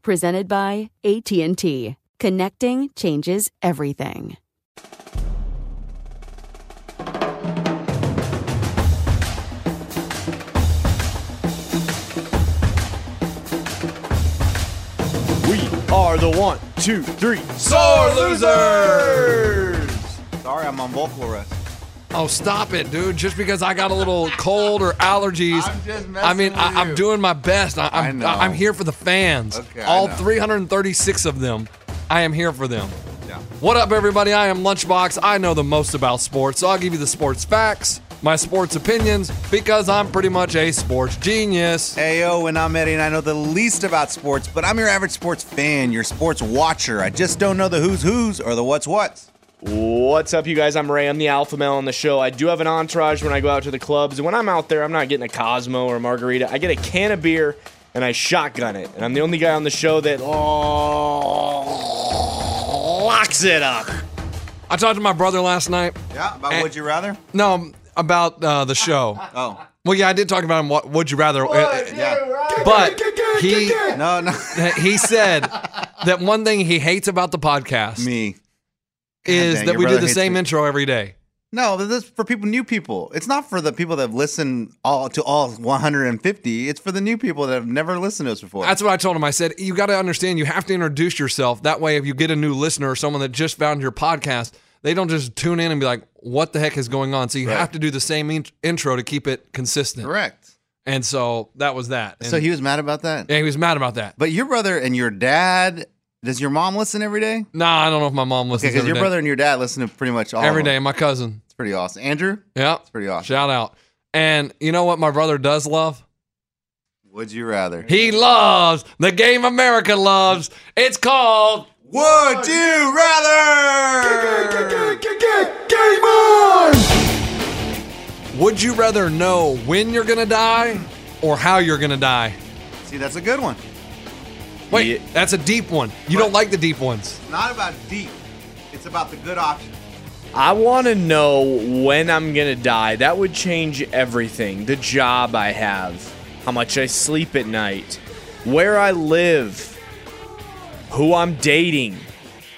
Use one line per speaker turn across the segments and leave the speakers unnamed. Presented by AT&T. Connecting changes everything.
We are the one, two, three, sore losers. Sorry, I'm on vocal rest.
Oh, stop it, dude. Just because I got a little cold or allergies.
I'm just messing
I mean, I,
with
I'm
you.
doing my best. I, I'm,
know.
I am here for the fans.
Okay, I
All
know.
336 of them, I am here for them.
Yeah.
What up, everybody? I am Lunchbox. I know the most about sports, so I'll give you the sports facts, my sports opinions, because I'm pretty much a sports genius.
Ayo, and I'm Eddie, and I know the least about sports, but I'm your average sports fan, your sports watcher. I just don't know the who's who's or the what's what's.
What's up, you guys? I'm Ray. I'm the alpha male on the show. I do have an entourage when I go out to the clubs. And when I'm out there, I'm not getting a Cosmo or a margarita. I get a can of beer and I shotgun it. And I'm the only guy on the show that
Oh.
locks it up.
I talked to my brother last night.
Yeah, about would you rather?
No, about uh, the show.
Oh,
Well, yeah, I did talk about him. What would you rather? uh,
yeah.
But he.
No, no.
he said that one thing he hates about the podcast
Me.
is
dang,
that
your
we do
brother
the
hates
same
me.
intro every day.
No, but this is for people, new people. It's not for the people that have listened all to all 150. It's for the new people that have never listened to us before.
That's what I told him. I said, you got to understand, you have to introduce yourself. That way, if you get a new listener or someone that just found your podcast, they don't just tune in and be like, what the heck is going on? So you have to do the same in- intro to keep it consistent.
correct.
And so that was that. And-
So he was mad about that.
yeah, he was mad about that.
But your brother and your dad, does your mom listen every day?
Nah, I don't know if my mom
Okay,
listens
because
every
your
day.
brother Oh. and your dad listen to pretty much all
every
of them.
day. My cousin.
It's pretty awesome. Andrew,
Yeah.
pretty awesome.
Shout out. And you know what my brother does love?
would you rather?
He loves the game America loves. It's called
would you rather?
Would You Rather Know When You're Gonna Die or How You're Gonna Die?
See, that's a good one.
Wait,
Yeah.
that's a deep one. You don't like the deep ones.
It's not about deep. It's about the good option.
I want to know when I'm going to die. That would change everything. The job I have, how much I sleep at night, where I live, who I'm dating.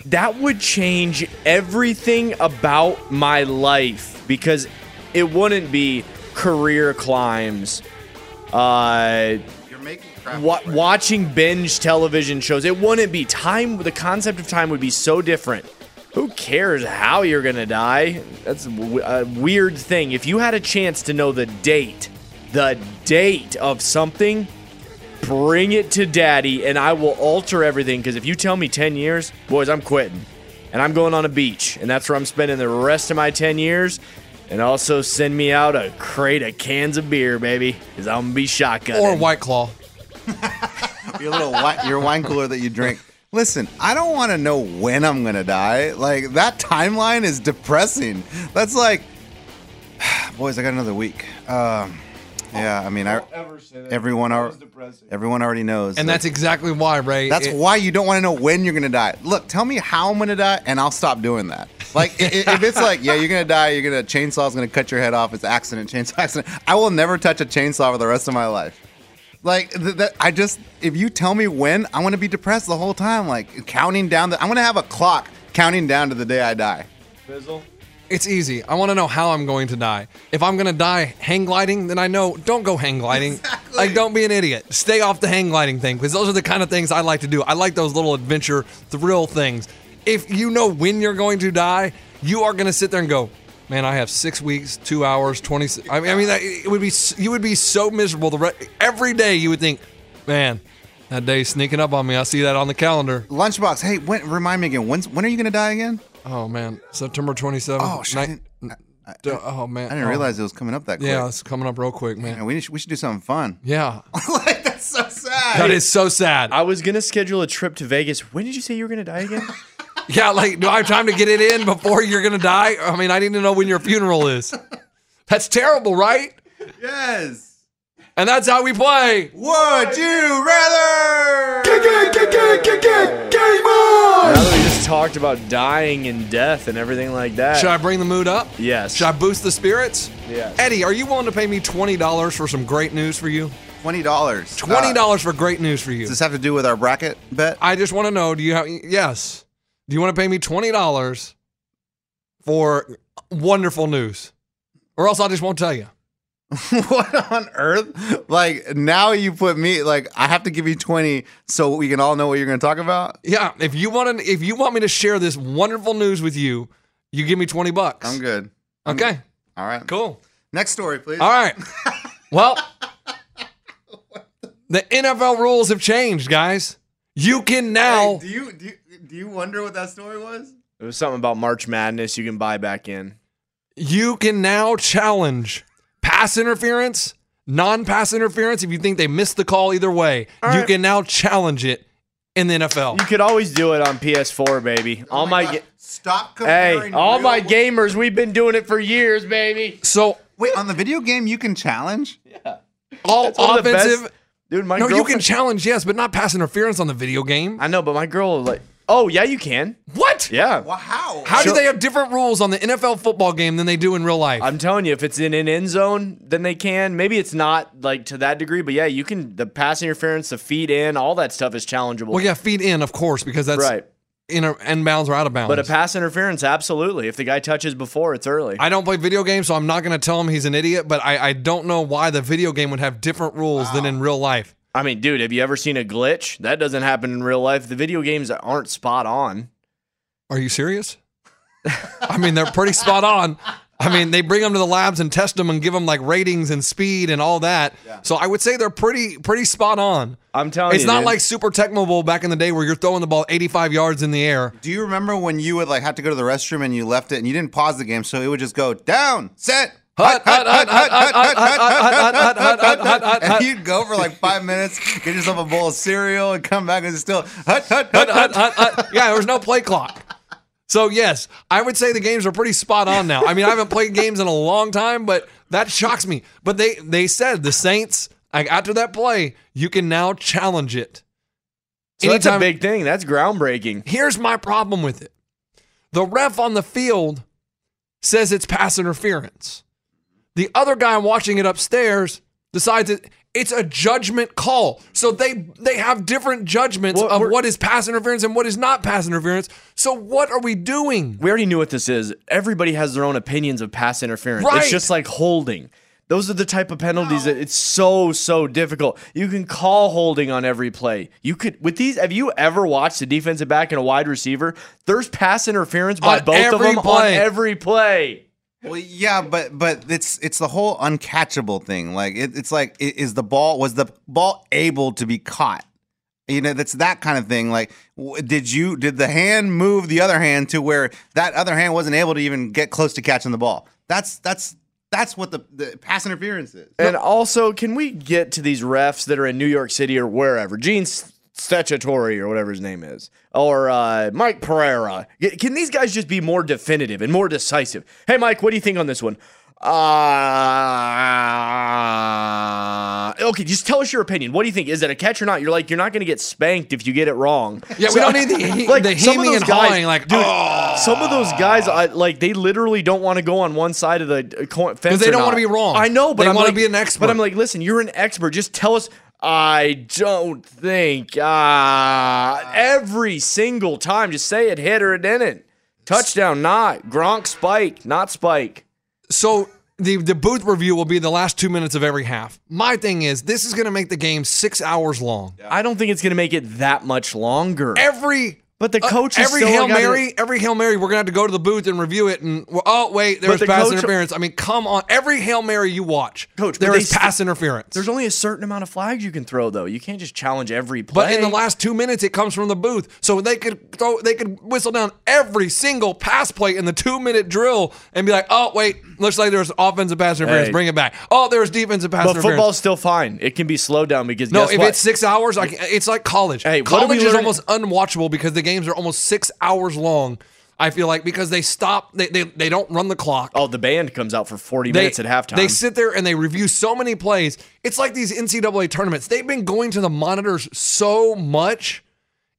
That would change everything about my life because it wouldn't be career climbs, uh,
You're making crap.
wa- watching binge television shows. It wouldn't be time. The concept of time would be so different. Who cares how you're gonna die? That's a, w- a weird thing. If you had a chance to know the date, the date of something, bring it to daddy, and I will alter everything. Because if you tell me ten years, boys, I'm quitting, and I'm going on a beach, and that's where I'm spending the rest of my ten years. And also send me out a crate of cans of beer, baby, because I'm gonna be shotgunning.
Or White Claw.
your little wi- your wine cooler that you drink. Listen, I don't want to know when I'm gonna die. Like that timeline is depressing. That's like, boys, I got another week. Um, yeah, I mean, I, everyone al- everyone already knows.
And that's exactly why, Ray.
that's
it-
why you don't want to know when you're gonna die. Look, tell me how I'm gonna die, and I'll stop doing that. Like i- i- if it's like, yeah, you're gonna die, you're gonna chainsaw's gonna cut your head off. It's accident, chainsaw accident. I will never touch a chainsaw for the rest of my life. Like th- that, I just if you tell me when, I want to be depressed the whole time. Like counting down. The, I want to have a clock counting down to the day I die.
It's easy. I want to know how I'm going to die. If I'm going to die hang gliding, then I know don't go hang gliding.
Exactly.
Like, don't be an idiot. Stay off the hang gliding thing because those are the kind of things I like to do. I like those little adventure thrill things. If you know when you're going to die, you are going to sit there and go, man, I have six weeks, two hours, 20. I mean, I mean that, it would be, s- you would be so miserable. The re- Every day you would think, man, that day's sneaking up on me. I see that on the calendar.
Lunchbox. Hey, when, remind me again. When's, when are you gonna die again?
Oh, man. September 27th.
Oh, shit, I
night-
didn't- I- I-
d- oh, man.
I didn't realize it was coming up that quick.
Yeah, it's coming up real quick, man.
Man, we should, we should do something fun.
Yeah.
like that's so sad.
That is so sad.
I was gonna schedule a trip to Vegas. When did you say you were gonna die again?
Yeah, like, do I have time to get it in before you're going to die? I mean, I need to know when your funeral is. That's terrible, right?
yes.
And that's how we play.
Would you rather?
Now that we just talked about dying and death and everything like that.
Should I bring the mood up?
Yes.
Should I boost the spirits?
Yes.
Eddie, are you willing to pay me $20 for some great news for you?
Twenty dollars.
$20 for great news for you.
Does Uh, this have to do with our bracket bet?
I just want to know do you have, yes. Do you want to pay me $20 for wonderful news? Or else I just won't tell you.
what on earth? Like now you put me like I have to give you twenty so we can all know what you're going to talk about.
Yeah, if you want to, if you want me to share this wonderful news with you, you give me twenty bucks.
I'm good.
Okay,
All right.
cool.
Next story, please.
All right. Well, the NFL rules have changed, guys. You can now.
Hey, do you do you, do you wonder what that story was?
It was something about March Madness you can buy back in.
you can now challenge pass interference, non pass interference. If you think they missed the call either way, you can now challenge it in the NFL.
You could always do it on PS4, baby.
Oh
all my,
Oh God,
ga-
stop
hey,
comparing.
all
real-
my gamers, we've been doing it for years, baby.
so
Wait, on the video game you can challenge.
all
one of the best-
offensive.
Dude, my
No, you can
girlfriend-
challenge, yes, but not pass interference on the video game.
I know, but my girl like, oh yeah, you can.
What?
Yeah.
Well, how?
How do
So-
they have different rules on the NFL football game than they do in real life?
I'm telling you, if it's in an end zone, then they can. Maybe it's not like to that degree, but yeah, you can. The pass interference, the feed in, all that stuff is challengeable.
well, yeah, feed in, of course, because that's
right.
in or end bounds or out of bounds.
But a pass interference, absolutely. If the guy touches before, it's early.
I don't play video games, so I'm not going to tell him he's an idiot. But I, I don't know why the video game would have different rules than in real life.
I mean, dude, have you ever seen a glitch? That doesn't happen in real life. The video games aren't spot on.
Are you serious? I mean, they're pretty spot on. I mean, they bring them to the labs and test them and give them like ratings and speed and all that. So I would say they're pretty pretty spot on.
I'm telling
it's
you,
not
dude.
like Super Tecmo Bowl back in the day where you're throwing the ball 85 yards in the air.
Do you remember when you would like have to go to the restroom and you left it and you didn't pause the game, so it would just go down, set, hut, hut, hut, hut, hut, hut, hut, hut, hut, hut, hut, hut, hut, and you'd go for like five minutes, get yourself a bowl of cereal, and come back and it's still hut, hut, hut,
Uh, uh, uh, yeah, there was no play clock. So yes, I would say the games are pretty spot on now. I mean, I haven't played games in a long time, but that shocks me. But they they said the Saints like after that play, you can now challenge it.
So that's a
Anytime-
big thing. That's groundbreaking.
Here's my problem with it. The ref on the field says it's pass interference. The other guy watching it upstairs decides that it's a judgment call. So they they have different judgments
Well,
of
we're-
what is pass interference and what is not pass interference. So what are we doing?
We already knew what this is. Everybody has their own opinions of pass interference.
Right.
It's just like holding. Those are the type of penalties that it's so so difficult. You can call holding on every play. You could with these. Have you ever watched a defensive back and a wide receiver? There's pass interference by
On
both of
every
them on
play.
every play.
Well, yeah, but but it's it's the whole uncatchable thing. Like it, it's like i- is the ball was the ball able to be caught? You know, that's that kind of thing. Like, w- did you did the hand move the other hand to where that other hand wasn't able to even get close to catching the ball? That's that's that's what the, the pass interference is.
And also, can we get to these refs that are in New York City or wherever? Gene S- Statutory or whatever his name is, or uh, Mike Pereira. Y- Can these guys just be more definitive and more decisive? Hey, Mike, what do you think on this one? Uh, okay, just tell us your opinion. What do you think? Is that a catch or not? You're like, you're not going to get spanked if you get it wrong.
Yeah, we don't need the he- the heeming and hawing, like,
dude,
"Oh."
some of those guys, I, like, they literally don't want to go on one side of the uh, co- fence
they
or
don't
not.
wanna be wrong.
I know, but
They
I'm
wanna
like-
be an expert.
But I'm like, listen, you're an expert. Just tell us. I don't think uh, every single time. Just say it hit or it didn't. Touchdown, not Gronk spike, not spike.
So the the booth review will be the last two minutes of every half. My thing is, this is going to make the game six hours long.
I don't think it's going to make it that much longer.
Every
But the
uh,
coach is
every
still
hail
gotta-
mary, every hail mary, we're going to have to go to the booth and review it. And well, oh wait, there was
the
pass
coach-
interference. I mean, come on, every hail mary you watch,
Coach, but
there
they
is
st-
pass interference.
There's only a certain amount of flags you can throw, though. You can't just challenge every play.
But in the last two minutes, it comes from the booth, so they could throw, they could whistle down every single pass play in the two minute drill and be like, "Oh wait, looks like there's offensive pass interference.
Hey.
Bring it back. Oh, there's defensive pass
but
interference."
football's still fine. It can be slowed down because
no,
guess
if
what?
it's six hours, like it's like college.
Hey, what are
college
we
is
learning-
almost unwatchable because the games are almost six hours long. I feel like because they stop, they they, they don't run the clock.
oh, the band comes out for 40 minutes at halftime.
They sit there and they review so many plays. It's like these NCAA tournaments. They've been going to the monitors so much.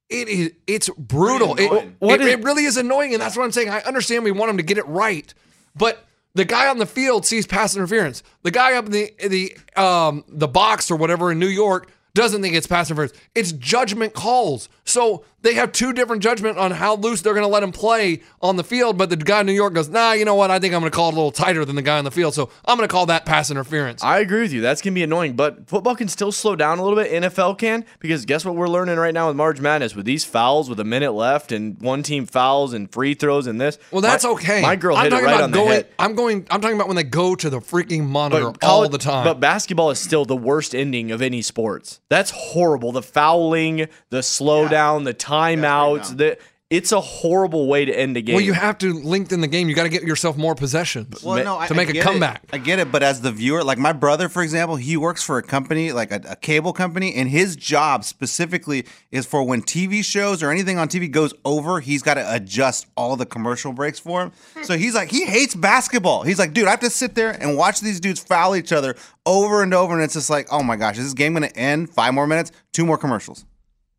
It is it's brutal. It,
annoying.
What
it,
is-
it really is annoying, and that's what I'm saying. I understand we want them to get it right, but the guy on the field sees pass interference. The guy up in the the um the box or whatever in New York doesn't think it's pass interference. It's judgment calls. So they have two different judgment on how loose they're going to let him play on the field. But the guy in New York goes, Nah, you know what? I think I'm going to call it a little tighter than the guy on the field. So I'm going to call that pass interference.
I agree with you. That's going to be annoying, but football can still slow down a little bit. NFL can, because guess what we're learning right now with March Madness? With these fouls with a minute left and one team fouls and free throws and this.
Well, that's
my-
okay.
My girl
I'm
hit it
talking
right
about
on the
going,
head.
I'm going. I'm talking about when they go to the freaking monitor all
college-
the time.
But basketball is still the worst ending of any sports. That's horrible. The fouling, the slowdown, the timeouts. the, it's a horrible way to end a game.
well, you have to lengthen the game. You got to get yourself more possessions
Well, no, I-
to
I
make a
get it.
comeback.
I get it, but as the viewer, like my brother, for example, he works for a company, like a, a cable company, and his job specifically is for when TV shows or anything on TV goes over, he's got to adjust all the commercial breaks for him. So he's like, he hates basketball. He's like, dude, I have to sit there and watch these dudes foul each other over and over, and it's just like, oh my gosh, is this game going to end? Five more minutes, two more commercials.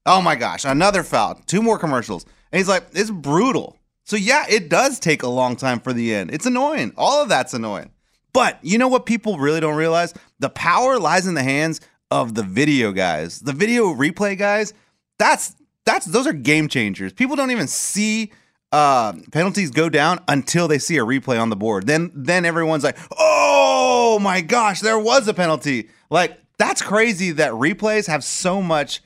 Oh my gosh, another foul, two more commercials. And he's like, it's brutal. So yeah, it does take a long time for the end. It's annoying. All of that's annoying. But you know what people really don't realize? The power lies in the hands of the video guys. The video replay guys, that's that's those are game changers. People don't even see uh, penalties go down until they see a replay on the board. Then then everyone's like, "Oh my gosh, there was a penalty." Like that's crazy that replays have so much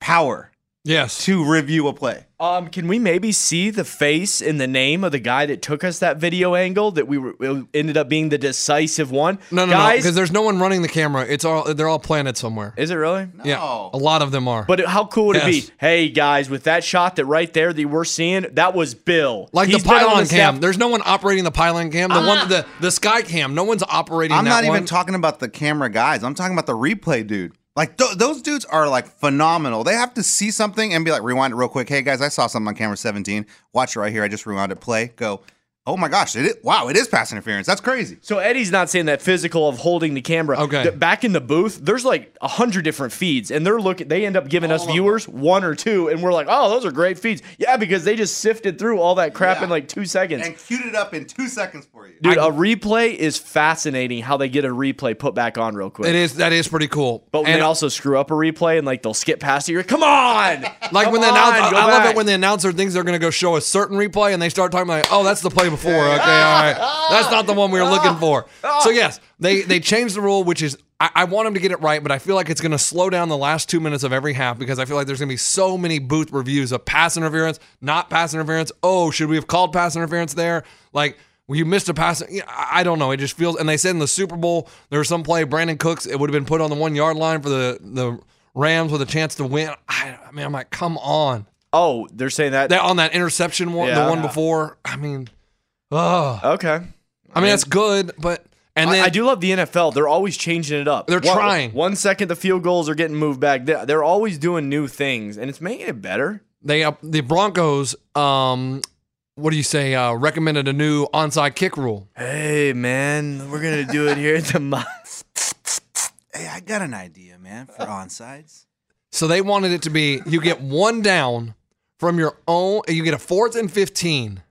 power
yes.
to review a play.
um, can we maybe see the face and the name of the guy that took us that video angle that we were, it ended up being the decisive one?
No, no, no.
guys.
Because there's no one running the camera. It's all they're all planted somewhere.
is it really?
Yeah,
No.
a lot of them are.
But how cool would
Yes.
it be? Hey guys, with that shot that right there that we're seeing, that was Bill.
like
He's
the
been on
pylon
staff-
cam, there's no one operating the pylon cam. The one, the the sky cam, no one's operating.
I'm
that
not even
one.
talking about the camera guys. I'm talking about the replay dude. Like th- those dudes are like phenomenal. They have to see something and be like, rewind it real quick. Hey guys, I saw something on camera 17. Watch it right here. I just rewound it. Play. Go. Oh my gosh! It is, wow, it is pass interference. That's crazy.
So Eddie's not saying that physical of holding the camera.
Okay.
Th- Back in the booth, there's like a hundred different feeds, and they're looking. They end up giving us viewers one or two, and we're like, "Oh, those are great feeds." Yeah, because they just sifted through all that crap
Yeah.
in like two seconds.
And queued it up in two seconds for you.
Dude, a replay is fascinating. How they get a replay put back on real quick.
It is that is pretty cool.
But when
and
they also screw up a replay and like they'll skip past it, you're like, "Come on!"
like when
Come
the announcer,
on, go
I I love
back.
it when the announcer thinks they're going to go show a certain replay and they start talking like, oh, that's the play before. Okay, all right, that's not the one we were looking for. So yes, they they changed the rule, which is I, I want them to get it right, but I feel like it's going to slow down the last two minutes of every half because I feel like there's going to be so many booth reviews of pass interference, not pass interference. Oh, should we have called pass interference there? Like. Well, you missed a pass. Yeah, I I don't know. It just feels. And they said in the Super Bowl, there was some play Brandon Cooks. It would have been put on the one yard line for the the Rams with a chance to win. I, I mean, I'm like, come on
oh, they're saying that.
that on that interception one,
Yeah.
the one before. I mean, ugh.
okay.
I mean that's good, but and
I-
then
I do love the NFL. They're always changing it up.
They're
One-
trying.
One second, the field goals are getting moved back. They- They're always doing new things, and it's making it better.
they uh, the Broncos um what do you say? Uh, recommended a new onside kick rule.
Hey, man, we're gonna do it here at the mosque.
Hey, I got an idea, man, for onsides.
So they wanted it to be you get one down from your own, you get a fourth and 15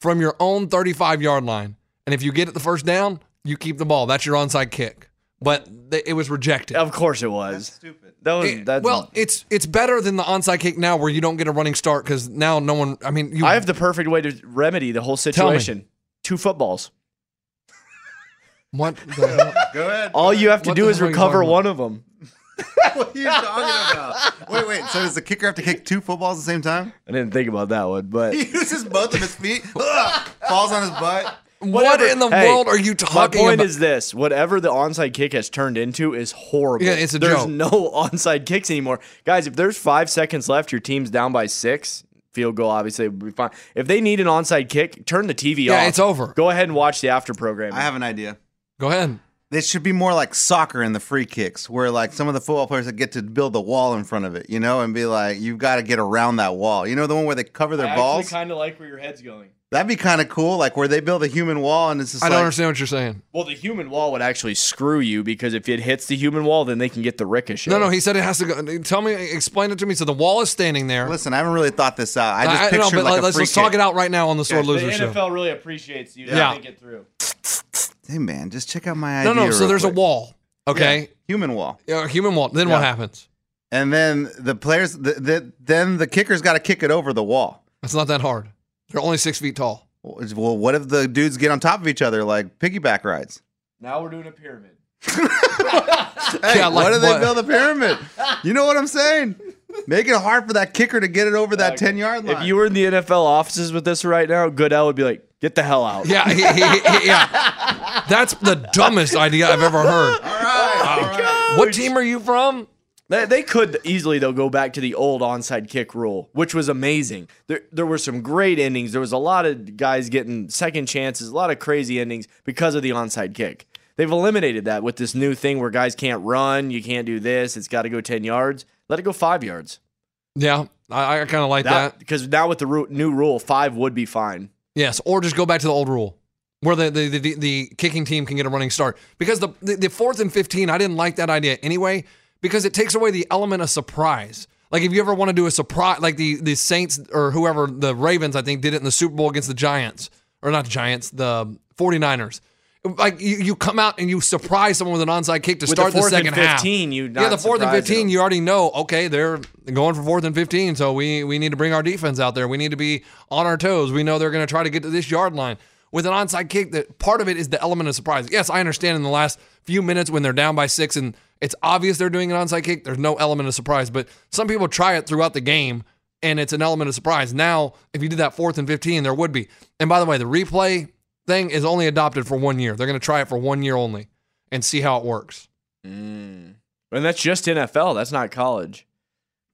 from your own 35 yard line. And if you get it the first down, you keep the ball. That's your onside kick. But th- it was rejected.
Of course it was. stupid. That was
It-
that's
well, it's it's better than the onside kick now where you don't get a running start because now no one, I mean, you,
I have the perfect way to remedy the whole
Tell me.
situation. Two footballs.
what the-
Go ahead.
All you have to
What
do
the
is
hell are you
recover
talking
one of them.
What are you talking about? Wait, wait. So does the kicker have to kick two footballs at the same time?
I didn't think about that one, but
He uses both of his feet, ugh, falls on his butt.
what in the
Hey,
world are you
my
talking
point
about?
is this: whatever the onside kick has turned into is horrible.
Yeah, it's a
There's
joke.
no onside kicks anymore, guys. If there's five seconds left, your team's down by six. Field goal, obviously, would be fine. If they need an onside kick, turn the TV off.
Yeah, it's over.
Go ahead and watch the after program.
I have an idea.
Go ahead.
It should be more like soccer in the free kicks, where like some of the football players that get to build the wall in front of it, you know, and be like, you've got to get around that wall. You know, the one where they cover their balls.
kind of like where your head's going.
That'd be kind of cool, like where they build a human wall and it's just
I don't
like,
understand what you're saying.
Well, the human wall would actually screw you because if it hits the human wall, then they can get the ricochet.
No, no, he said it has to go. Tell me, explain it to me. So the wall is standing there.
Listen, I haven't really thought this out. I just
I- I
pictured
know, but
like a
let's
free
let's talk
kick.
it out right now on the Sword Loser show.
really appreciates you.
to Yeah. think
it through.
Hey man, just check out my
No,
idea.
no. So
real
there's a
quick.
wall. Okay,
human wall,
yeah. human wall. Then what
Yeah.
happens?
and then the players, the, the, then the kicker's got to kick it over the wall.
It's not that hard. They're only six feet tall.
Well, what if the dudes get on top of each other like piggyback rides?
Now we're doing a pyramid.
Hey,
Yeah, like
why do they
what-
build a pyramid? You know what I'm saying? Make it hard for that kicker to get it over that 10 yard line.
If you were in the NFL offices with this right now, Goodell would be like, "Get the hell out."
Yeah, he- he- he- yeah. That's the dumbest idea I've ever heard. Uh,
all right, all right.
What team are you from?
They, they could easily though go back to the old onside kick rule, which was amazing. There there were some great endings. There was a lot of guys getting second chances, a lot of crazy endings because of the onside kick. They've eliminated that with this new thing where guys can't run, you can't do this, it's got to go 10 yards. Let it go 5 yards.
Yeah, I, I kind of like that,
That because now with the ru- new rule, 5 would be fine.
Yes, or just go back to the old rule where the the, the, the kicking team can get a running start because the, the the fourth and fifteen. I didn't like that idea anyway because it takes away the element of surprise. Like if you ever want to do a surprise, like the the Saints or whoever the Ravens, I think did it in the Super Bowl against the Giants or not the Giants, the 49ers. Like you, you come out and you surprise someone with an onside kick to
the
start
fourth and
second half.
15, you
yeah, the
not
fourth and
surprising
fifteen,
them.
you already know. Okay, they're going for fourth and fifteen, so we we need to bring our defense out there. We need to be on our toes. We know they're going to try to get to this yard line with an onside kick. That part of it is the element of surprise. Yes, I understand in the last few minutes when they're down by six and it's obvious they're doing an onside kick. There's no element of surprise, but some people try it throughout the game. And it's an element of surprise. Now, if you did that fourth and 15, there would be. And by the way, the replay thing is only adopted for one year. They're going to try it for one year only and see how it works.
And that's just NFL, that's not college.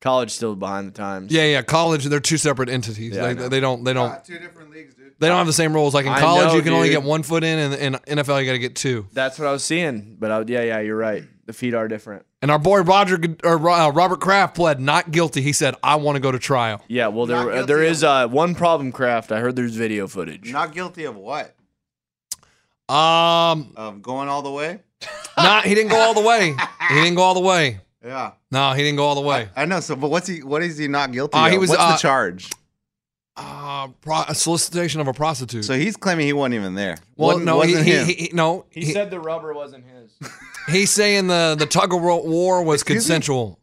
College still behind the times.
Yeah, yeah. College, they're two separate entities.
Yeah, I
they,
know.
they don't. They don't.
Ah, Two different leagues, dude.
They don't have the same rules. Like in
I
college,
know,
you can only
dude.
get one foot in, and in NFL, you got to get two.
That's what I was seeing, but I, yeah, yeah, you're right. The feet are different.
And our boy Roger or uh, Robert Kraft pled not guilty. He said, "I want to go to trial."
Yeah,
Not
well, there uh,
guilty
there
of-
is uh, one problem, Craft. I heard there's video footage.
Not guilty of what?
Um,
Of going all the way?
not he didn't go all the way. He didn't go all the way.
Yeah.
No, he didn't go all the way.
I know. So, but what's he? What is he not guilty
Uh,
of?
he was,
what's
uh,
the charge?
Uh, pro- solicitation of a prostitute.
So he's claiming he wasn't even there.
well,
Wasn't-
no, he,
wasn't
he,
him.
he, he- no. He,
the rubber wasn't his.
he's saying the the tug of war was
Excuse me?
consensual.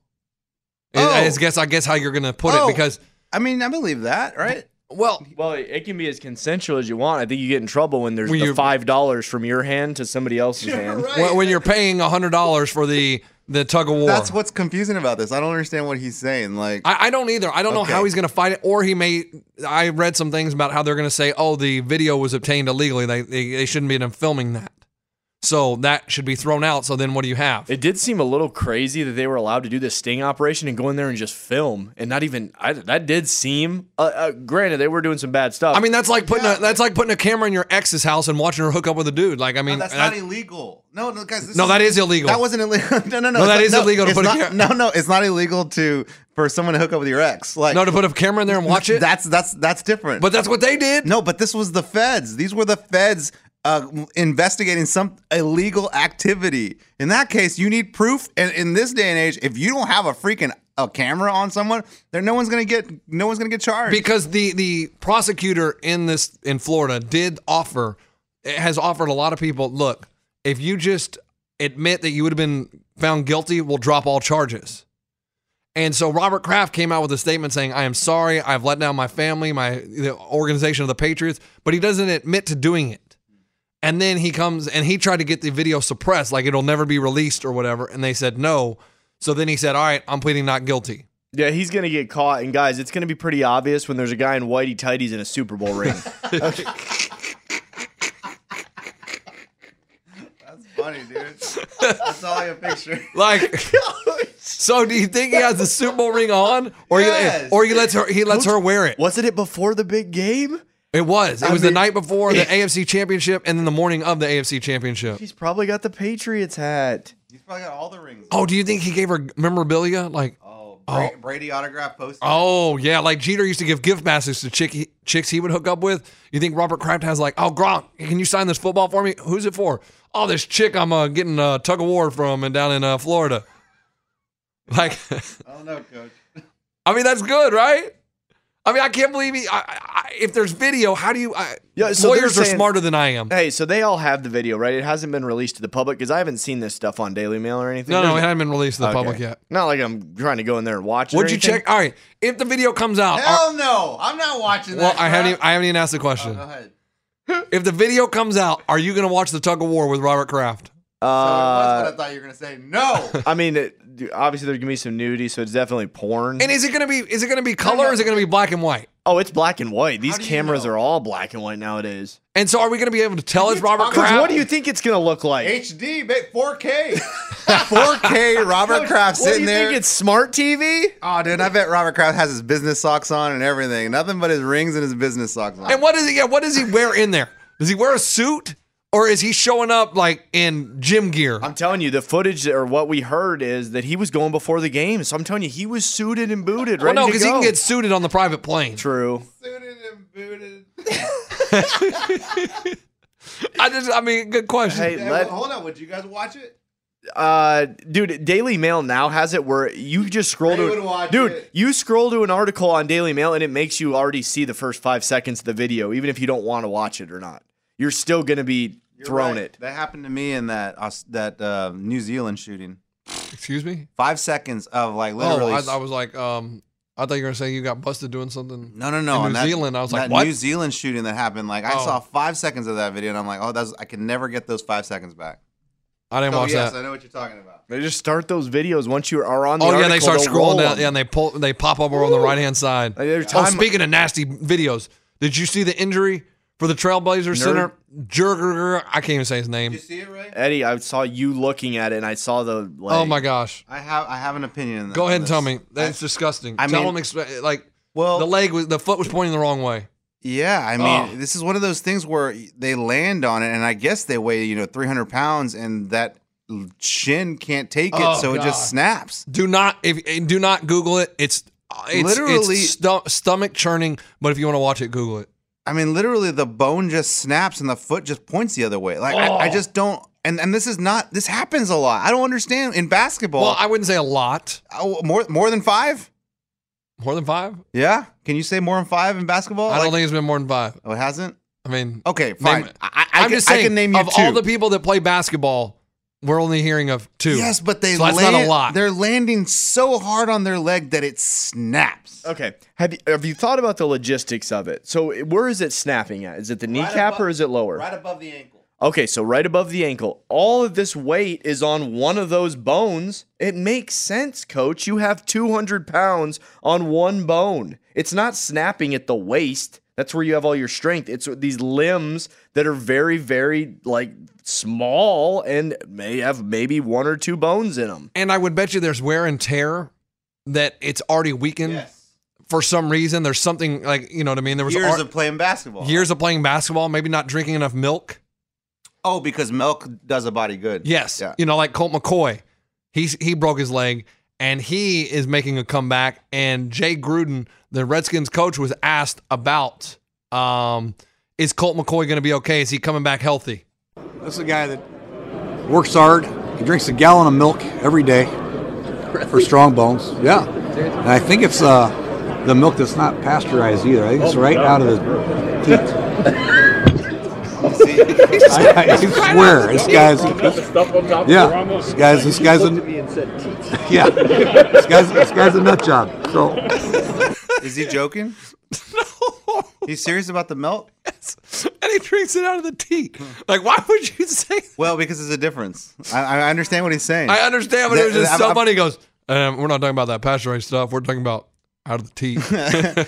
Oh.
I, I guess I guess how you're gonna put
Oh.
it because
I mean, I believe that, right?
well
well, it, it can be as consensual as you want. I think you get in trouble when there's
When
the
you-
five dollars from your hand to somebody else's hand.
when, when you're paying hundred dollars for the the tug of war.
That's what's confusing about this. I don't understand what he's saying. Like,
I, I don't either. I don't know
Okay.
how he's going to fight it, or he may. I read some things about how they're going to say, "Oh, the video was obtained illegally. They they, they shouldn't be filming that." So that should be thrown out. So then what do you have?
It did seem a little crazy that they were allowed to do this sting operation and go in there and just film and not even. I, that did seem. Uh, uh, granted, they were doing some bad stuff.
I mean, that's like putting a, that's like putting a camera in your ex's house and watching her hook up with a dude. Like, I mean,
No, that's
that-
not illegal. No, no, guys. This
No, that is illegal.
That wasn't illegal. No, no, no.
No,
it's
that
not-
is illegal to
it's
put a
not-
car-
No, no, it's not illegal to for someone to hook up with your ex. Like
no to put a camera in there and watch it.
That's that's that's different.
but that's what they did.
no, but this was the feds. These were the feds uh, investigating some illegal activity. In that case, you need proof. And in this day and age, if you don't have a freaking a camera on someone, there no one's gonna get no one's gonna get charged.
because the the prosecutor in this in Florida did offer has offered a lot of people look if you just admit that you would have been found guilty we'll drop all charges and so Robert Kraft came out with a statement saying I am sorry I've let down my family my the organization of the Patriots but he doesn't admit to doing it and then he comes and he tried to get the video suppressed like it'll never be released or whatever and they said no so then he said all right I'm pleading not guilty
yeah, he's gonna get caught, and guys, it's gonna be pretty obvious when there's a guy in whitey tighties in a Super Bowl ring.
that's funny, dude. that's all your picture.
Like, so do you think he has the Super Bowl ring on, or
Yes.
he, or he lets her he lets her wear it?
Wasn't it before the big game?
It was. It
I
was
mean-
the night before the AFC Championship, and then the morning of the AFC Championship.
He's probably got the Patriots hat.
He's probably got all the rings.
Oh, do you think he gave her memorabilia? Like,
Oh, Bra- Brady autograph poster.
oh yeah, like Jeter used to give gift baskets to chick he, chicks he would hook up with. You think Robert Kraft has like, oh Gronk, can you sign this football for me? Who's it for? Oh, this chick I'm uh, getting a tug of war from and down in uh, Florida. Like.
I don't know, coach.
I mean, that's good, right? I mean, I can't believe he. I, I, if there's video, how do you? I,
Yeah, so
lawyers
they're
are
saying-
smarter than I am.
Hey, so they all have the video, right? It hasn't been released to the public because I havened seen this stuff on Daily Mail or anything.
No, no, it
There's-
hasn't been released to the
Okay.
public yet.
Not like I'm trying to go in there and watch. it or
Would you
anything.
check? All right, if the video comes out, are-
Hell no! I'm not watching
well,
that.
I haven't. Even,
crap.
I haven't even asked the
Oh,
question.
go ahead.
if the video comes out, are you going to watch the tug of war with Robert Kraft?
So it
Uh,
was what I thought you were gonna say. No.
I mean, it, dude, obviously there's gonna be some nudity, so it's definitely porn.
And is it going to be? Is it going to be color? Or is it going to be black and white?
oh, it's black and white. These
do you
cameras
know?
are all black and white nowadays.
And so, are we going to be able to tell it's Robert
talk-
Kraft?
What do you think it's gonna look like?
HD, ba- 4K. 4K Robert Kraft
What do
sitting
you
there.
think it's smart TV?
oh, dude, I bet Robert Kraft has his business socks on and everything. Nothing but his rings and his business socks on.
And what does he? Yeah, what does he wear in there? Does he wear a suit, or is he showing up like in gym gear?
I'm telling you, the footage or what we heard is that he was going before the game. So I'm telling you, he was suited and booted,
well,
right?
no, because he can get suited on the private plane.
true.
Suited and booted.
I just, I mean, good question.
Hey, let,
hold on, would you guys watch it?
uh, dude, Daily Mail now has it where you just scroll
They
to,
would watch
dude,
it.
you scroll to an article on Daily Mail and it makes you already see the first five seconds of the video, even if you don't want to watch it or not. You're still gonna be thrown it.
That happened to me in that Aus- that uh, New Zealand shooting.
Excuse me.
Five seconds of like
Oh,
literally.
I, I was like, um, I thought you were gonna say you got busted doing something.
no, no, no.
in New
on that-
Zealand, I was like,
that
what?
New Zealand shooting that happened. Like, I
Oh.
saw five seconds of that video, and I'm like, oh, that's I can never get those five seconds back.
I didn't
So,
watch
Oh, yes, uh,
that.
I know what you're talking about.
They just start those videos once you are on the.
oh yeah, they
article,
start
they'll roll
scrolling down,
them.
yeah, and they pull, they pop up over on the right hand side.
Like, every
oh,
time-
speaking of nasty videos, did you see the injury for the Trailblazer center? Jurger, I can't even say his name.
Did you see it, Ray?
Eddie, I saw you looking at it, and I saw the. Like,
Oh my gosh.
I have I have an opinion. on
Go ahead and
this.
tell me. That's disgusting.
I
tell
mean-
him exp- like
Well,
the leg was the foot was pointing the wrong way.
Yeah, I
Oh.
mean, this is one of those things where they land on it, and I guess they weigh you know 300 pounds, and that shin can't take it,
Oh,
so it
God.
just snaps.
Do not if and do not Google it. It's it's literally
Literally-
it's stu- stomach churning. But if you want to watch it, Google it.
I mean, literally, the bone just snaps, and the foot just points the other way. Like I,
Oh.
I just don't. And and this is not. This happens a lot. I don't understand in basketball.
Well, I wouldn't say a lot.
oh, more more than five.
More than five?
Yeah, can you say more than five in basketball?
I don't
Like-
think it's been more than five.
oh, it hasn't.
I mean,
Okay, fine.
Name,
I, I,
am
can,
just saying,
I can name you
of
two.
all the people that play basketball, we're only hearing of two.
Yes, but they
so that's not a
land-
lot.
They're landing so hard on their leg that it snaps.
Okay. Have you have you thought about the logistics of it? So where is it snapping at? Is it the kneecap or is it lower?
above the ankle.
Okay, so right above the ankle. All of this weight is on one of those bones. It makes sense, coach. You have 200 pounds on one bone. It's not snapping at the waist. That's where you have all your strength. It's these limbs that are very, very like small and may have maybe one or two bones in them.
And I would bet you there's wear and tear that it's already weakened for some reason. There's something like you know what I mean. There was
Years
ar-
of playing basketball.
years of playing basketball, maybe not drinking enough milk.
Oh, because milk does a body good.
Yes,
Yeah.
you know, like Colt McCoy, he's he broke his leg and he is making a comeback. And Jay Gruden, the Redskins coach, was asked about um, is Colt McCoy going to be okay? Is he coming back healthy?
This is a guy that works hard. He drinks a gallon of milk every day for strong bones. Yeah, and I think it's uh, the milk that's not pasteurized either. I think it's right out of the teat. I, I swear, this guy's. Yeah, this guy's. This guy's. A, yeah, this guy's. This guy's a nut job. So
Is he joking? He's serious about the milk?
and he drinks it out of the teat.
Hmm.
Like, why would you say? That?
Well, because there's a difference. I, I understand what he's saying.
I understand, but it was
Th-
just
I'm-
so
I'm-
funny. He goes, um, we're not talking about that pasteurized stuff. We're talking about out of the teat.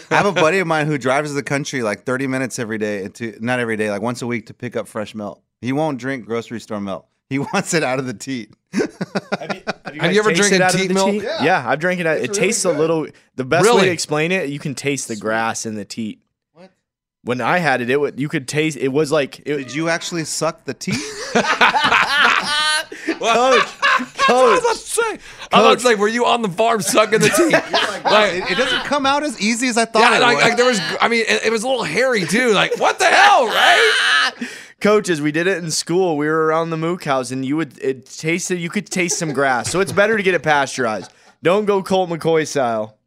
I have a buddy of mine who drives the country like 30 minutes every day, to, not every day, like once a week to pick up fresh milk. He won't drink grocery store milk. He wants it out of the teat.
Have you ever
Taste it
drinking
out of
teat
the
milk?
teat? Yeah. I've drank it. Out. It tastes a little. The best way
Really?
to explain it, you can taste the grass in the teat. When I had it, it would, you could taste. It was like it,
Did you actually suck the teat?
coach,
I was
coach.
about to say, I was about to say, were you on the farm sucking the teat? like,
it, it doesn't come out as easy as I thought
yeah,
it
like,
would.
like there was. I mean, it, it was a little hairy too. Like, what the hell, right?
coaches we did it in school we were around the mook house and you would it tasted you could taste some grass so it's better to get it pasteurized don't go colt mccoy style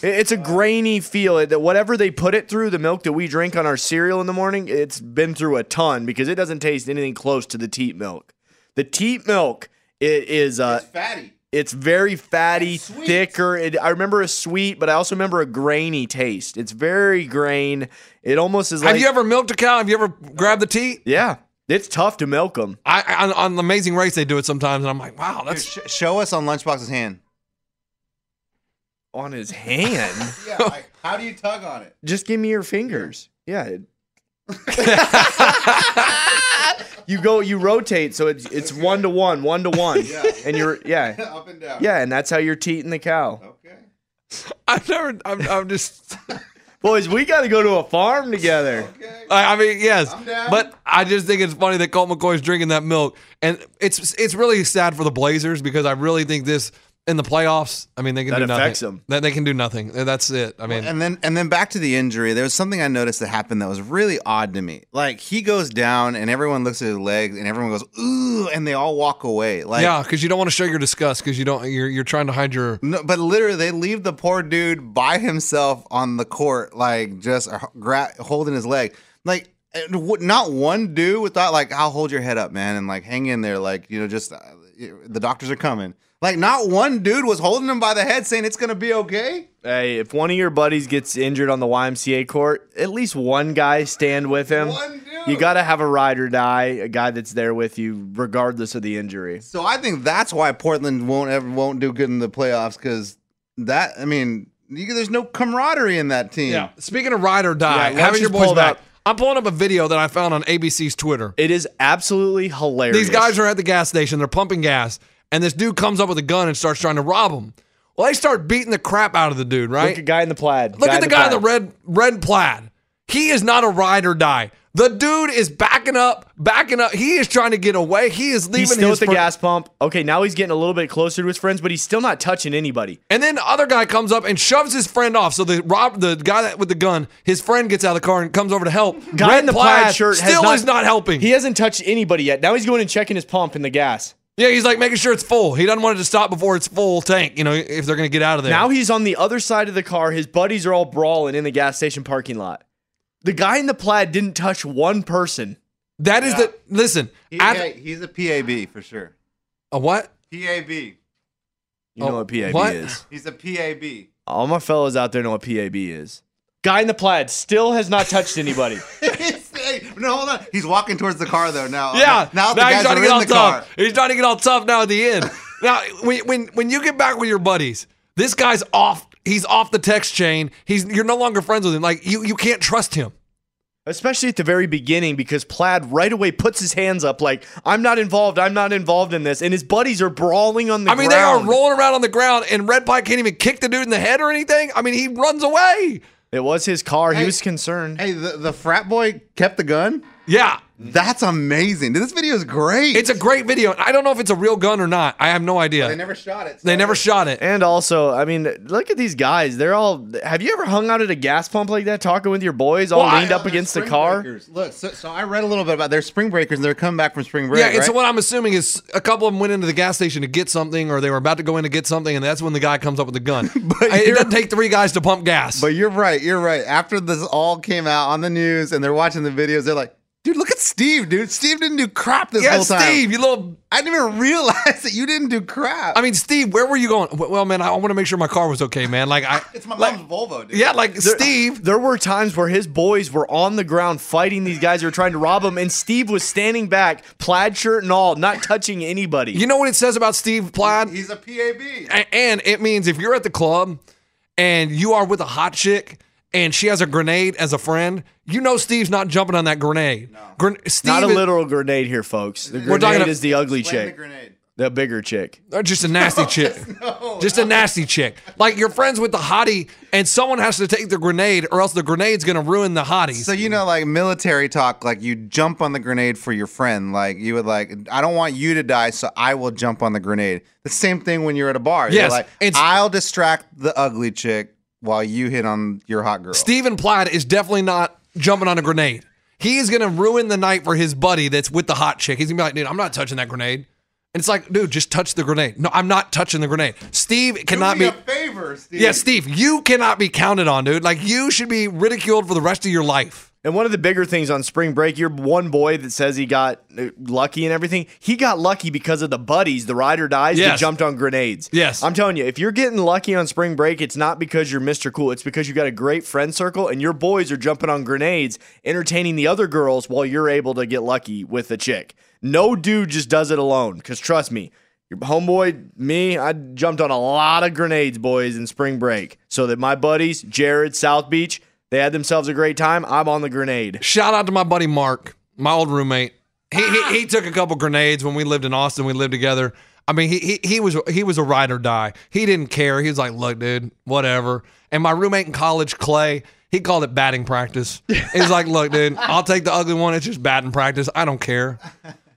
It- it's a grainy feel It- that whatever they put it through the milk that we drink on our cereal in the morning it's been through a ton because it doesn't taste anything close to the teat milk the teat milk it is uh,
fatty.
it's very fatty, thicker. It, I remember a sweet, but I also remember a grainy taste. It's very grain. It almost is like
Have you ever milked a cow? Have you ever grabbed the teat?
yeah. It's tough to milk them.
I, I on, on the Amazing Race they do it sometimes, and I'm like, wow, that's
Sh- show us on Lunchbox's hand.
on his hand.
Yeah, how do you tug on it?
Just give me your fingers. Yeah. it- you go. You rotate, so it's it's one to one, one to one, and you're yeah,
Up and down.
yeah, and that's how you're teating the cow.
Okay.
I've never. I'm, I'm just.
Boys, we got to go to a farm together.
I, I mean, yes,
down.
but I just think it's funny that Colt McCoy's drinking that milk, and it's it's really sad for the Blazers because I really think this in the playoffs. I mean, they can
That
do nothing.
affects 'em.
That they can do nothing. That's it. I mean,
And then and then back to the injury. There was something I noticed that happened that was really odd to me. Like he goes down and everyone looks at his legs and everyone goes ooh and they all walk away. Like
yeah, because you don't want to show your disgust because you don't. You're you're trying to hide your.
No, but literally, they leave the poor dude by himself on the court, like just gra- holding his leg. Like, and w- not one dude without like, "I'll hold your head up, man," and like hang in there, like you know, just uh, the doctors are coming. Like, not one dude was holding him by the head, saying it's gonna be okay.
Hey, if one of your buddies gets injured on the YMCA court, at least one guy stand with him.
One dude.
You got to have a ride or die, a guy that's there with you, regardless of the injury.
So I think that's why Portland won't ever won't do good in the playoffs because that. I mean, you, there's no camaraderie in that team.
Speaking of ride or die,
Yeah, why don't
having
you
your boys
pull
back.
that-
I'm pulling up a video that I found on ABC's Twitter.
It is absolutely hilarious.
These guys are at the gas station. They're pumping gas, and this dude comes up with a gun and starts trying to rob them. Well, they start beating the crap out of the dude, right?
Look at guy in the plaid.
Look at the guy in the
plaid.
red red plaid. He is not a ride or die. The dude is backing up, backing up. He is trying to get away. He is leaving
He's still
his
at the
fr-
gas pump. Okay, now he's getting a little bit closer to his friends, but he's still not touching anybody.
And then the other guy comes up and shoves his friend off. So the rob the guy that with the gun, his friend gets out of the car and comes over to help.
Guy
red
in the plaid, shirt has
still is not helping.
He hasn't touched anybody yet. Now he's going and checking his pump in the gas.
yeah, he's like making sure it's full. He doesn't want it to stop before it's full tank. You know, if they're gonna get out of there.
Now he's on the other side of the car. His buddies are all brawling in the gas station parking lot. The guy in the plaid didn't touch one person.
that is the listen.
He-
at-
hey, he's a PAB for sure.
a what?
PAB.
You
Oh,
know what PAB
what?
is.
He's a PAB.
All my fellas out there know what PAB is. Guy in the plaid still has not touched anybody.
He's- hey, no, hold on. He's walking towards the car though. Now,
Yeah.
Oh, Now, the
he's
guys
trying to
are
get all
in the car.
tough. He's trying to get all tough now at the end. now, when, when when you get back with your buddies, this guy's off. He's off the text chain. He's you're no longer friends with him. Like you you can't trust him.
especially at the very beginning because Plaid right away puts his hands up like I'm not involved, I'm not involved in this, and his buddies are brawling on the.
I mean, they are
ground.
rolling around on the ground, and Red Pie can't even kick the dude in the head or anything. I mean, he runs away.
It was his car.
Hey.
he was concerned.
Hey, the, the frat boy kept the gun?
Yeah,
That's amazing. Dude, This video is great.
it's a great video. I don't know if it's a real gun or not. I have no idea.
they never shot it. so-
They never shot it.
And also, I mean, look at these guys. They're all. Have you ever hung out at a gas pump like that, talking with your boys, all
Well, I-
leaned up
They're
against the
spring
car?
breakers. Look, so, so I read a little bit about their spring breakers and they're coming back from spring break.
Yeah, and so
right?
what I'm assuming is a couple of them went into the gas station to get something, or they were about to go in to get something, and that's when the guy comes up with the gun. it
you're-
doesn't take three guys to pump gas.
But you're right. You're right. After this all came out on the news and they're watching the videos, they're like, dude, look at Steve, dude. Steve didn't do crap this
yeah,
whole time.
Steve, you little.
I didn't even realize that you didn't do crap.
I mean, Steve, where were you going? W- Well, man, I want to make sure my car was okay, man. Like, I.
it's my
like-
mom's Volvo, dude.
Yeah, like Steve.
There were times where his boys were on the ground fighting these guys who were trying to rob him, and Steve was standing back, plaid shirt and all, not touching anybody.
You know what it says about Steve Plaid?
He's a PAB.
A- and it means if you're at the club and you are with a hot chick and she has a grenade as a friend, you know Steve's not jumping on that grenade. Gren- Steve
not a
is-
literal grenade here, folks. The
We're talking
grenade
a-
is the ugly
Slam the
chick,
grenade.
the bigger chick.
or just a nasty chick. just a nasty chick. Like you're friends with the hottie and someone has to take the grenade or else the grenade's going to ruin the hottie.
So you know, like military talk, like you jump on the grenade for your friend. Like you would like, I don't want you to die, so I will jump on the grenade. The same thing when you're at a bar. You're
Yes,
like
it's-
I'll distract the ugly chick while you hit on your hot girl.
Steven Platt is definitely not jumping on a grenade. He is going to ruin the night for his buddy that's with the hot chick. He's going to be like, dude, I'm not touching that grenade. And it's like, dude, just touch the grenade. No, I'm not touching the grenade. Steve cannot be.
favor, Steve.
Yeah, Steve, you cannot be counted on, dude. Like you should be ridiculed for the rest of your life.
And one of the bigger things on spring break, your one boy that says he got uh, lucky and everything, he got lucky because of the buddies, the ride or dies
Yes.
that jumped on grenades.
Yes.
I'm telling you, if you're getting lucky on spring break, it's not because you're Mr. Cool. It's because you got a great friend circle and your boys are jumping on grenades, entertaining the other girls while you're able to get lucky with a chick. No dude just does it alone. Because trust me, your homeboy, me, I jumped on a lot of grenades, boys, in spring break so that my buddies, Jared, South Beach, they had themselves a great time. I'm on the grenade.
Shout out to my buddy Mark, my old roommate. He he, he took a couple grenades when we lived in Austin. We lived together. I mean, he, he he was he was a ride or die. He didn't care. He was like, look, dude, whatever. And my roommate in college, Clay, he called it batting practice. He's like, look, dude, I'll take the ugly one. It's just batting practice. I don't care.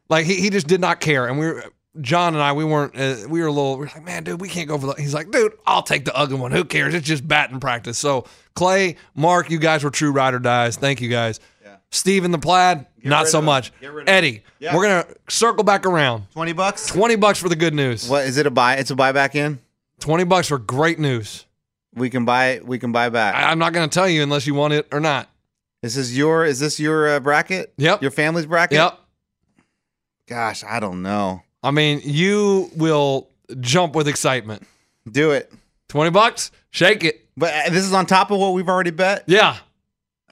Like he, he just did not care. And we were John and I we weren't uh, we were a little we were like man dude we can't go for the he's like dude I'll take the ugly one who cares it's just batting practice. So Clay, Mark, you guys were true ride or dies. Thank you guys. Yeah. Steve and the plaid not so much. Eddie, we're gonna circle back around.
Twenty bucks.
Twenty bucks for the good news.
What is it a buy? It's a buyback in.
Twenty bucks for great news.
We can buy. We can buy back.
I, I'm not gonna tell you unless you want it or not.
This is your. Is this your uh, bracket?
Yep.
Your family's bracket.
Yep.
Gosh, I don't know.
I mean you will jump with excitement.
Do it.
Twenty bucks, shake it.
But uh, this is on top of what we've already bet.
Yeah,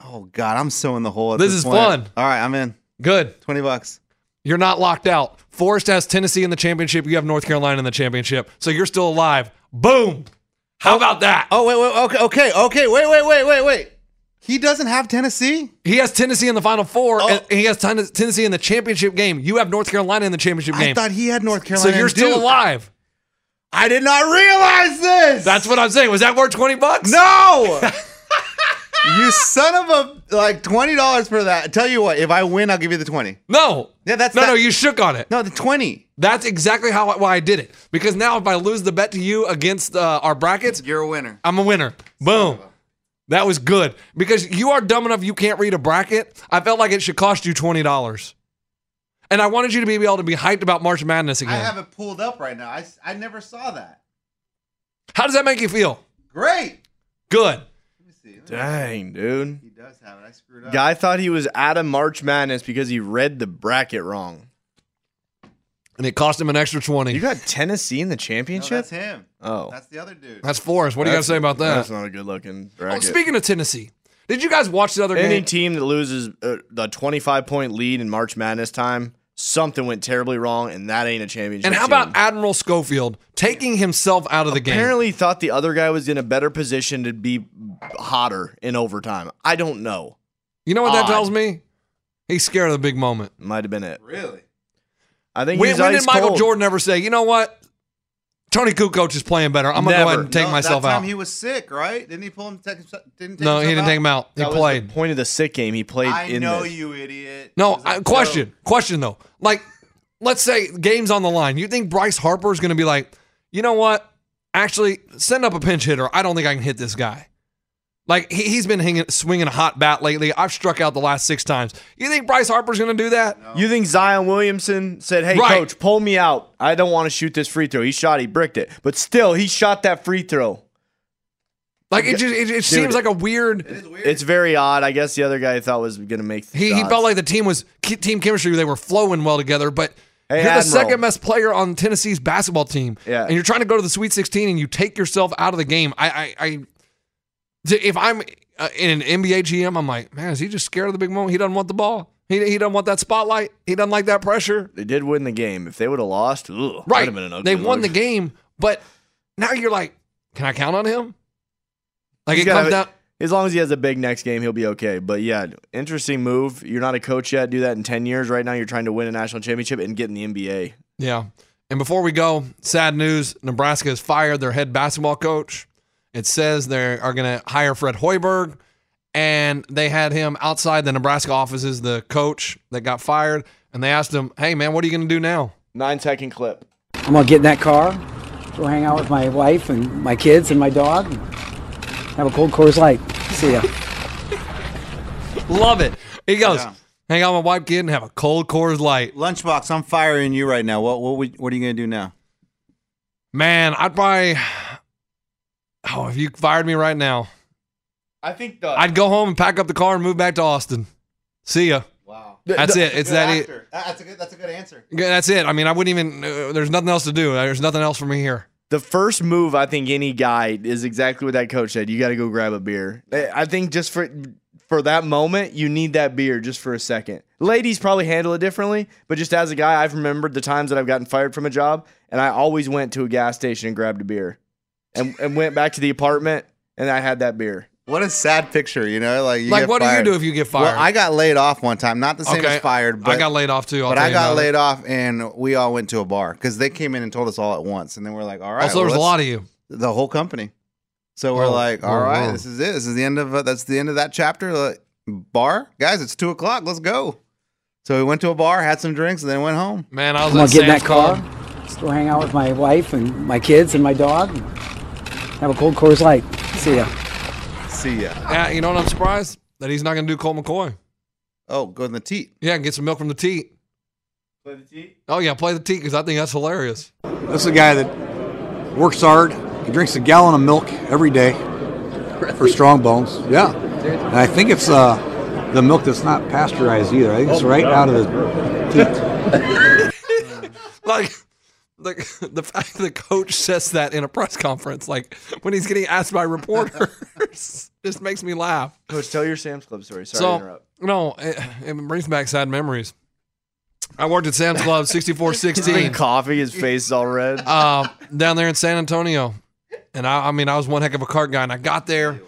Oh God, I'm so in the hole. At
This
this,
is
point.
fun.
All right, I'm in.
good.
Twenty bucks.
You're not locked out. Forrest has Tennessee in the championship. You have North Carolina in the championship. So you're still alive. Boom. How about that?
Oh wait, wait, okay, okay, okay, wait, wait, wait, wait, wait. He doesn't have Tennessee.
He has Tennessee in the final
Oh.
four, and he has Ten- Tennessee in the championship game. You have North Carolina in the championship
I
game.
thought he had North
so
Carolina.
you're
and
still
Duke.
alive.
I did not realize this.
That's what I'm saying. Was that worth 20 bucks?
No. you son of a like twenty dollars for that. Tell you what, if I win, I'll give you the twenty.
No.
Yeah, that's
No,
that-
no, you shook on it.
No, the twenty.
That's exactly how why I did it. Because now if I lose the bet to you against uh, our brackets,
You're a winner.
I'm a winner. Boom. That was good. Because you are dumb enough you can't read a bracket. I felt like it should cost you twenty dollars. And I wanted you to be able to be hyped about March Madness again.
it pulled up right now. I I never saw that.
How does that make you feel?
Great.
Good.
Dang, dude.
He does have it. I screwed up.
Guy thought he was out of March Madness because he read the bracket wrong.
And it cost him an extra twenty.
You got Tennessee in the championship?
him.
Oh.
the other dude.
that's Forrest. What do you got to say about that?
That's not a good looking
Oh,
bracket.
speaking of Tennessee, did you guys watch the other
Any
game?
team that loses uh, the 25 point lead in March Madness time, something went terribly wrong, and that ain't a championship.
and how
team.
about Admiral Schofield taking himself out of the game?
apparently thought the other guy was in a better position to be hotter in overtime? I don't know.
You know what that
Odd.
tells me? He's scared of the big moment.
Might have been it.
Really?
I think
When,
he's
when
ice
did Michael
cold.
Jordan ever say, you know what? Tony Kukoc is playing better. I'm going to go
Never.
ahead and take
No,
myself
that time
out.
He was sick, right? Didn't he pull him? Take, himse- didn't take
no, he didn't
himself
take him out. He
That was the
played.
point of the sick game. He played
I
in
know
this.
you, idiot.
No,
Was
I,
that
question,
dope?
question though. Like, let's say games on the line. You think Bryce Harper is going to be like, you know what? Actually, send up a pinch hitter. I don't think I can hit this guy. Like he, he's been hanging, swinging a hot bat lately. I've struck out the last six times. You think Bryce Harper's going to do that?
You think Zion Williamson said, "Hey,
Right.
coach, pull me out. I don't want to shoot this free throw." He shot. He bricked it, but still, he shot that free throw.
Like it just, it, it seems like a weird.
It's very odd. I guess the other guy thought was going to make. The
He, he
shots.
felt like the team was team chemistry. They were flowing well together, but.
Hey,
you're the
Admiral.
second best player on Tennessee's basketball team,
Yeah.
and you're trying to go to the Sweet 16, and you take yourself out of the game. I, I, I if I'm uh, in an NBA GM, I'm like, man, is he just scared of the big moment? He doesn't want the ball. He, he doesn't want that spotlight. He doesn't like that pressure.
they did win the game. If they would have lost, ugh,
Right.
that'd have been an ugly
They won the
look.
game, but now you're like, can I count on him? Like
He's
it
gotta-
comes down.
As long as he has a big next game, he'll be okay. But yeah, interesting move. You're not a coach yet. Do that in ten years. Right now, you're trying to win a national championship and get in the NBA.
Yeah. And before we go, sad news Nebraska has fired their head basketball coach. It says they are going to hire Fred Hoiberg, and they had him outside the Nebraska offices, the coach that got fired. And they asked him, hey, man, what are you going to do now?
Nine second clip.
I'm gonna get in that car, go hang out with my wife and my kids and my dog, and have a cold Coors Light. See ya.
Love it. He goes, hang out with my wife, kid, and have a cold Coors Light.
Lunchbox, I'm firing you right now. What what we, what are you gonna do now?
Man, I'd probably, oh, if you fired me right now,
I think the
I'd go home and pack up the car and move back to Austin. See ya.
Wow,
That's it. It's that. e-
That's a good. That's a good answer.
Yeah, That's it. I mean, I wouldn't even. Uh, there's nothing else to do. There's nothing else for me here.
The first move I think any guy is exactly what that coach said. You got to go grab a beer. I I think just for for that moment, you need that beer just for a second. Ladies probably handle it differently, but just as a guy, I've remembered the times that I've gotten fired from a job, and I always went to a gas station and grabbed a beer, and, and went back to the apartment, and I had that beer.
What a sad picture, you know. Like, you
Like,
get
what do you
fired.
do if you get fired?
Well, I got laid off one time. Not the same as fired, but
I got laid off too. I'll
but
tell
I
you
got
about it.
laid off, and we all went to a bar because they came in and told us all at once, and then we're like, "All right."
Also, there was a
well,
lot
let's-
of you.
the whole company. So we're
Oh,
like, "All
oh,
right,
wow.
this is it. This is the end of uh, that's the end of that chapter." Like, bar guys, it's two o'clock. Let's go. So we went to a bar, had some drinks, and then went home.
Man, I was
I'm gonna
at
get in
Sam's
that car,
Club.
go hang out with my wife and my kids and my dog, and have a cold Coors Light. See ya.
See ya.
Yeah, you know what? I'm surprised that he's not going to do Colt McCoy.
Oh, go in the teat.
Yeah, get some milk from the teat.
Play the tee.
Oh yeah, play the teat because I think that's hilarious.
This is a guy that works hard. He drinks a gallon of milk every day for strong bones. Yeah, and I think it's uh, the milk that's not pasteurized either. I think it's right out of the
Like. Like the fact that the coach says that in a press conference, like when he's getting asked by reporters, just makes me laugh.
Coach, tell your Sam's Club story. Sorry to
So
interrupt.
no, it, it brings back sad memories. I worked at Sam's Club, sixty four
He's been
sixteen.
coughing. His face is all red.
uh, down there in San Antonio. And I, I mean, I was one heck of a cart guy. And I got there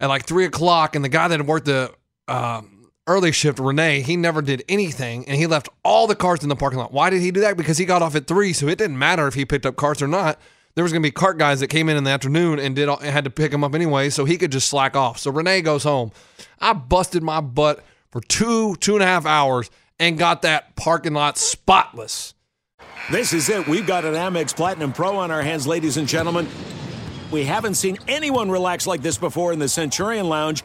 at like three o'clock, and the guy that had worked the um, early shift, Renee, he never did anything, and he left all the carts in the parking lot. Why did he do that? Because he got off at three, so it didn't matter if he picked up carts or not. There was going to be cart guys that came in in the afternoon and did all, and had to pick them up anyway, so he could just slack off. So Renee goes home. I busted my butt for two two and a half hours and got that parking lot spotless.
This is it. We've got an Amex Platinum Pro on our hands, ladies and gentlemen. We haven't seen anyone relax like this before in the Centurion Lounge.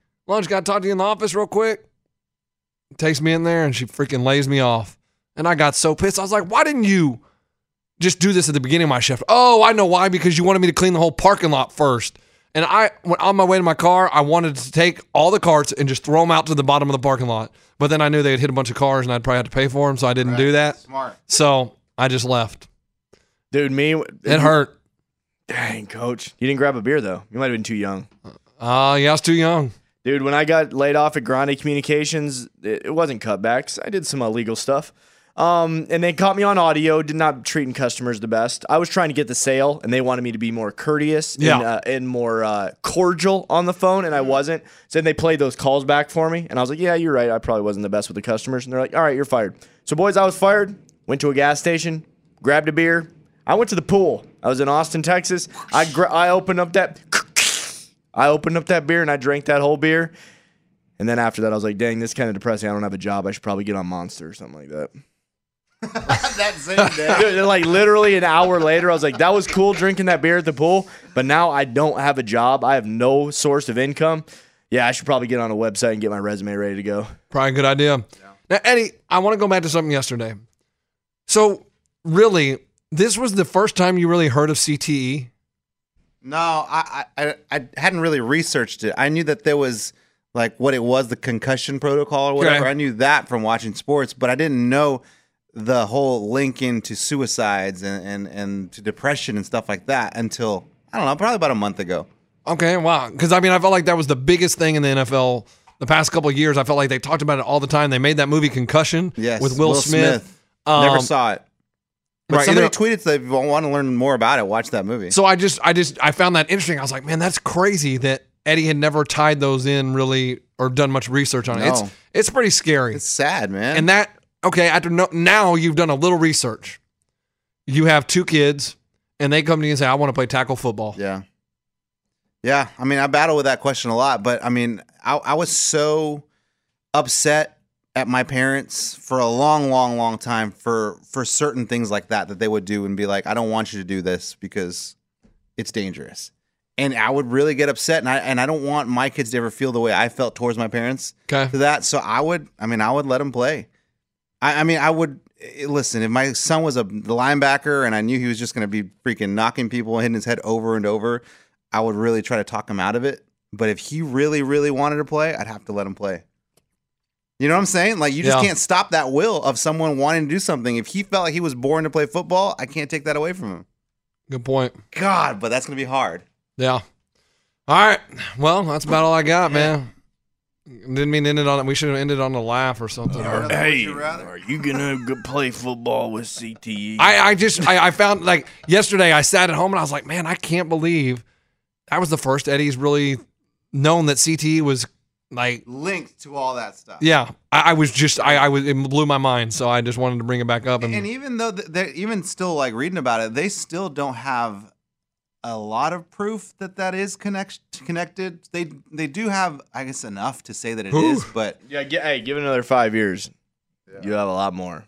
lunch, got to talk to you in the office real quick. Takes me in there and she freaking lays me off. And I got so pissed. I was like, Why didn't you just do this at the beginning of my shift? Oh, I know why. Because you wanted me to clean the whole parking lot first. And I, when on my way to my car, I wanted to take all the carts and just throw them out to the bottom of the parking lot. But then I knew they'd hit a bunch of cars and I'd probably have to pay for them. So I didn't do that.
Smart.
So I just left.
Dude, me.
It hurt.
Dang, coach. You didn't grab a beer, though. You might have been too young.
Uh, yeah, I was too young.
Dude, when I got laid off at Grande Communications, it, it wasn't cutbacks. I did some illegal stuff. Um, and they caught me on audio, did not treating customers the best. I was trying to get the sale, and they wanted me to be more courteous
Yeah.
and, uh, and more uh, cordial on the phone, and I wasn't. So then they played those calls back for me, and I was like, yeah, you're right. I probably wasn't the best with the customers. And they're like, all right, you're fired. So, boys, I was fired, went to a gas station, grabbed a beer. I went to the pool. I was in Austin, Texas. I, gra- I opened up that I opened up that beer and I drank that whole beer. And then after that, I was like, dang, this is kind of depressing. I don't have a job. I should probably get on Monster or something like that.
that same day.
Dude, and, like literally an hour later, I was like, that was cool drinking that beer at the pool, but now I don't have a job. I have no source of income. Yeah, I should probably get on a website and get my resume ready to go.
Probably a good idea. Now, Eddie, I want to go back to something yesterday. So, really, this was the first time you really heard of E? CTE.
No, I, I I- I hadn't really researched it. I knew that there was like what it was, the concussion protocol or whatever.
Okay.
I knew that from watching sports, but I didn't know the whole link into suicides and, and, and to depression and stuff like that until I don't know, probably about a month ago.
Okay, wow. Because I mean, I felt like that was the biggest thing in the NFL the past couple of years. I felt like they talked about it all the time. They made that movie Concussion
Yes,
with Will, Smith.
Never
Um,
saw it. But
right,
somebody
either-
tweeted that if you want to learn more about it, watch that movie.
So I just, I just, I found that interesting. I was like, man, that's crazy that Eddie had never tied those in really or done much research on it. It's,
No.
it's pretty scary.
it's sad, man.
And that okay, after no, now you've done a little research. You have two kids, and they come to you and say, "I want to play tackle football."
Yeah. Yeah. I mean, I battle with that question a lot, but I mean, I, I was so upset at my parents for a long, long, long time for for certain things like that that they would do and be like, I don't want you to do this because it's dangerous. And I would really get upset and I and I don't want my kids to ever feel the way I felt towards my parents
Okay.
to that. So I would, I mean, I would let him play. I, I mean, I would eh, listen. If my son was a the linebacker and I knew he was just going to be freaking knocking people, hitting his head over and over, I would really try to talk him out of it. But if he really, really wanted to play, I'd have to let him play. You know what I'm saying? Like you just
Yeah.
can't stop that will of someone wanting to do something. If he felt like he was born to play football, I can't take that away from him.
Good point.
God, but that's gonna be hard.
Yeah. All right. Well, that's about all I got, man. Didn't mean to end it on. We should have ended on a laugh or something.
hey, are you gonna go play football with E? CTE?
I, I just I, I found like yesterday I sat at home and I was like, man, I can't believe that was the first Eddie's really known that CTE was like
linked to all that stuff.
yeah. I, I was just I, I was it blew my mind, so I just wanted to bring it back up and,
And even though th- they're even still like reading about it, they still don't have a lot of proof that that is connect- connected. They they do have, I guess, enough to say that it is. but
yeah, gi- hey, give it another five years. You have a lot more.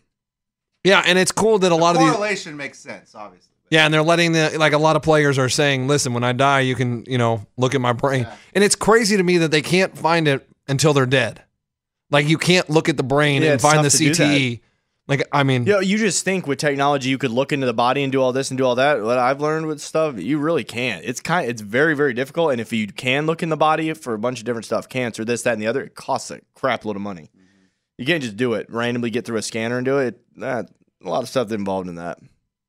yeah, and it's cool that a lot of these
correlation makes sense, obviously.
Yeah, and they're letting the like a lot of players are saying, "Listen, when I die, you can you know look at my brain." And it's crazy to me that they can't find it until they're dead. Like you can't look at the brain
Yeah,
and
it's
find the
tough to do
CTE. Like I mean,
You, know, you just think with technology you could look into the body and do all this and do all that. What I've learned with stuff, you really can't. It's kind, it's very, very difficult. And if you can look in the body for a bunch of different stuff, cancer, this, that, and the other, it costs a crap load of money. You can't just do it randomly. Get through a scanner and do it. That a lot of stuff involved in that.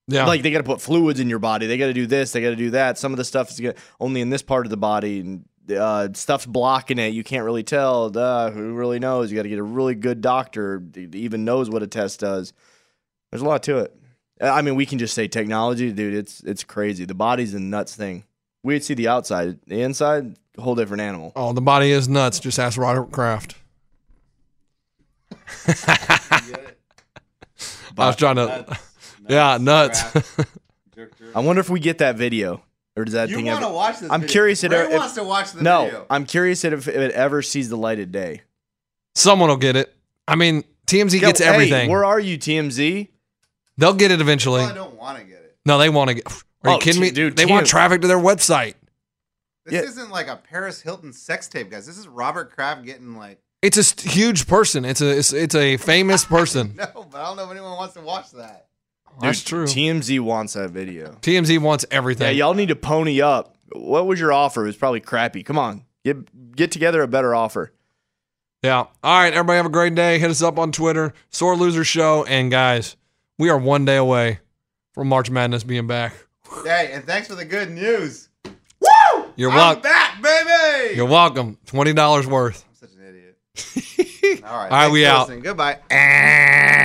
Yeah.
like they got to put fluids in your body. They got to do this. They got to do that. Some of the stuff is gonna, only in this part of the body, and uh, stuff's blocking it. You can't really tell. Duh, who really knows? You got to get a really good doctor that even knows what a test does. There's a lot to it. Uh, I mean, we can just say technology, dude. It's it's crazy. The body's a nuts thing. We'd see the outside, the inside, whole different animal.
oh, the body is nuts. Just ask Robert Kraft. I was trying to, yeah, nuts.
I wonder if we get that video or does that
You
thing
wanna
ever?
watch this
I'm
video.
curious it-
Ray
if,
wants to watch the
no,
video.
I'm curious if, if it ever sees the light of day.
Someone will get it. I mean, TMZ
Yo,
gets
hey,
everything.
where are you, TMZ?
They'll get it eventually.
don't want to get it.
No, they want to get. Are you
Oh,
kidding
t-
me?
dude,
they want
TMZ.
traffic to their website.
This isn't like a Paris Hilton sex tape, guys. This is Robert Kraft getting like,
It's a st- huge person. It's a it's, it's a famous person.
no, but I don't know if anyone wants to watch that.
That's
Dude,
true.
TMZ wants that video.
TMZ wants everything.
Yeah, y'all need to pony up. What was your offer? It was probably crappy. Come on, get get together a better offer.
Yeah. All right, everybody have a great day. Hit us up on Twitter, Sore Loser Show. And guys, we are one day away from March Madness being back.
Hey, and thanks for the good news.
You're
I'm
welcome.
back, baby.
You're welcome. Twenty dollars worth.
All right,
All right,
thanks
we
for
out.
listening. Goodbye.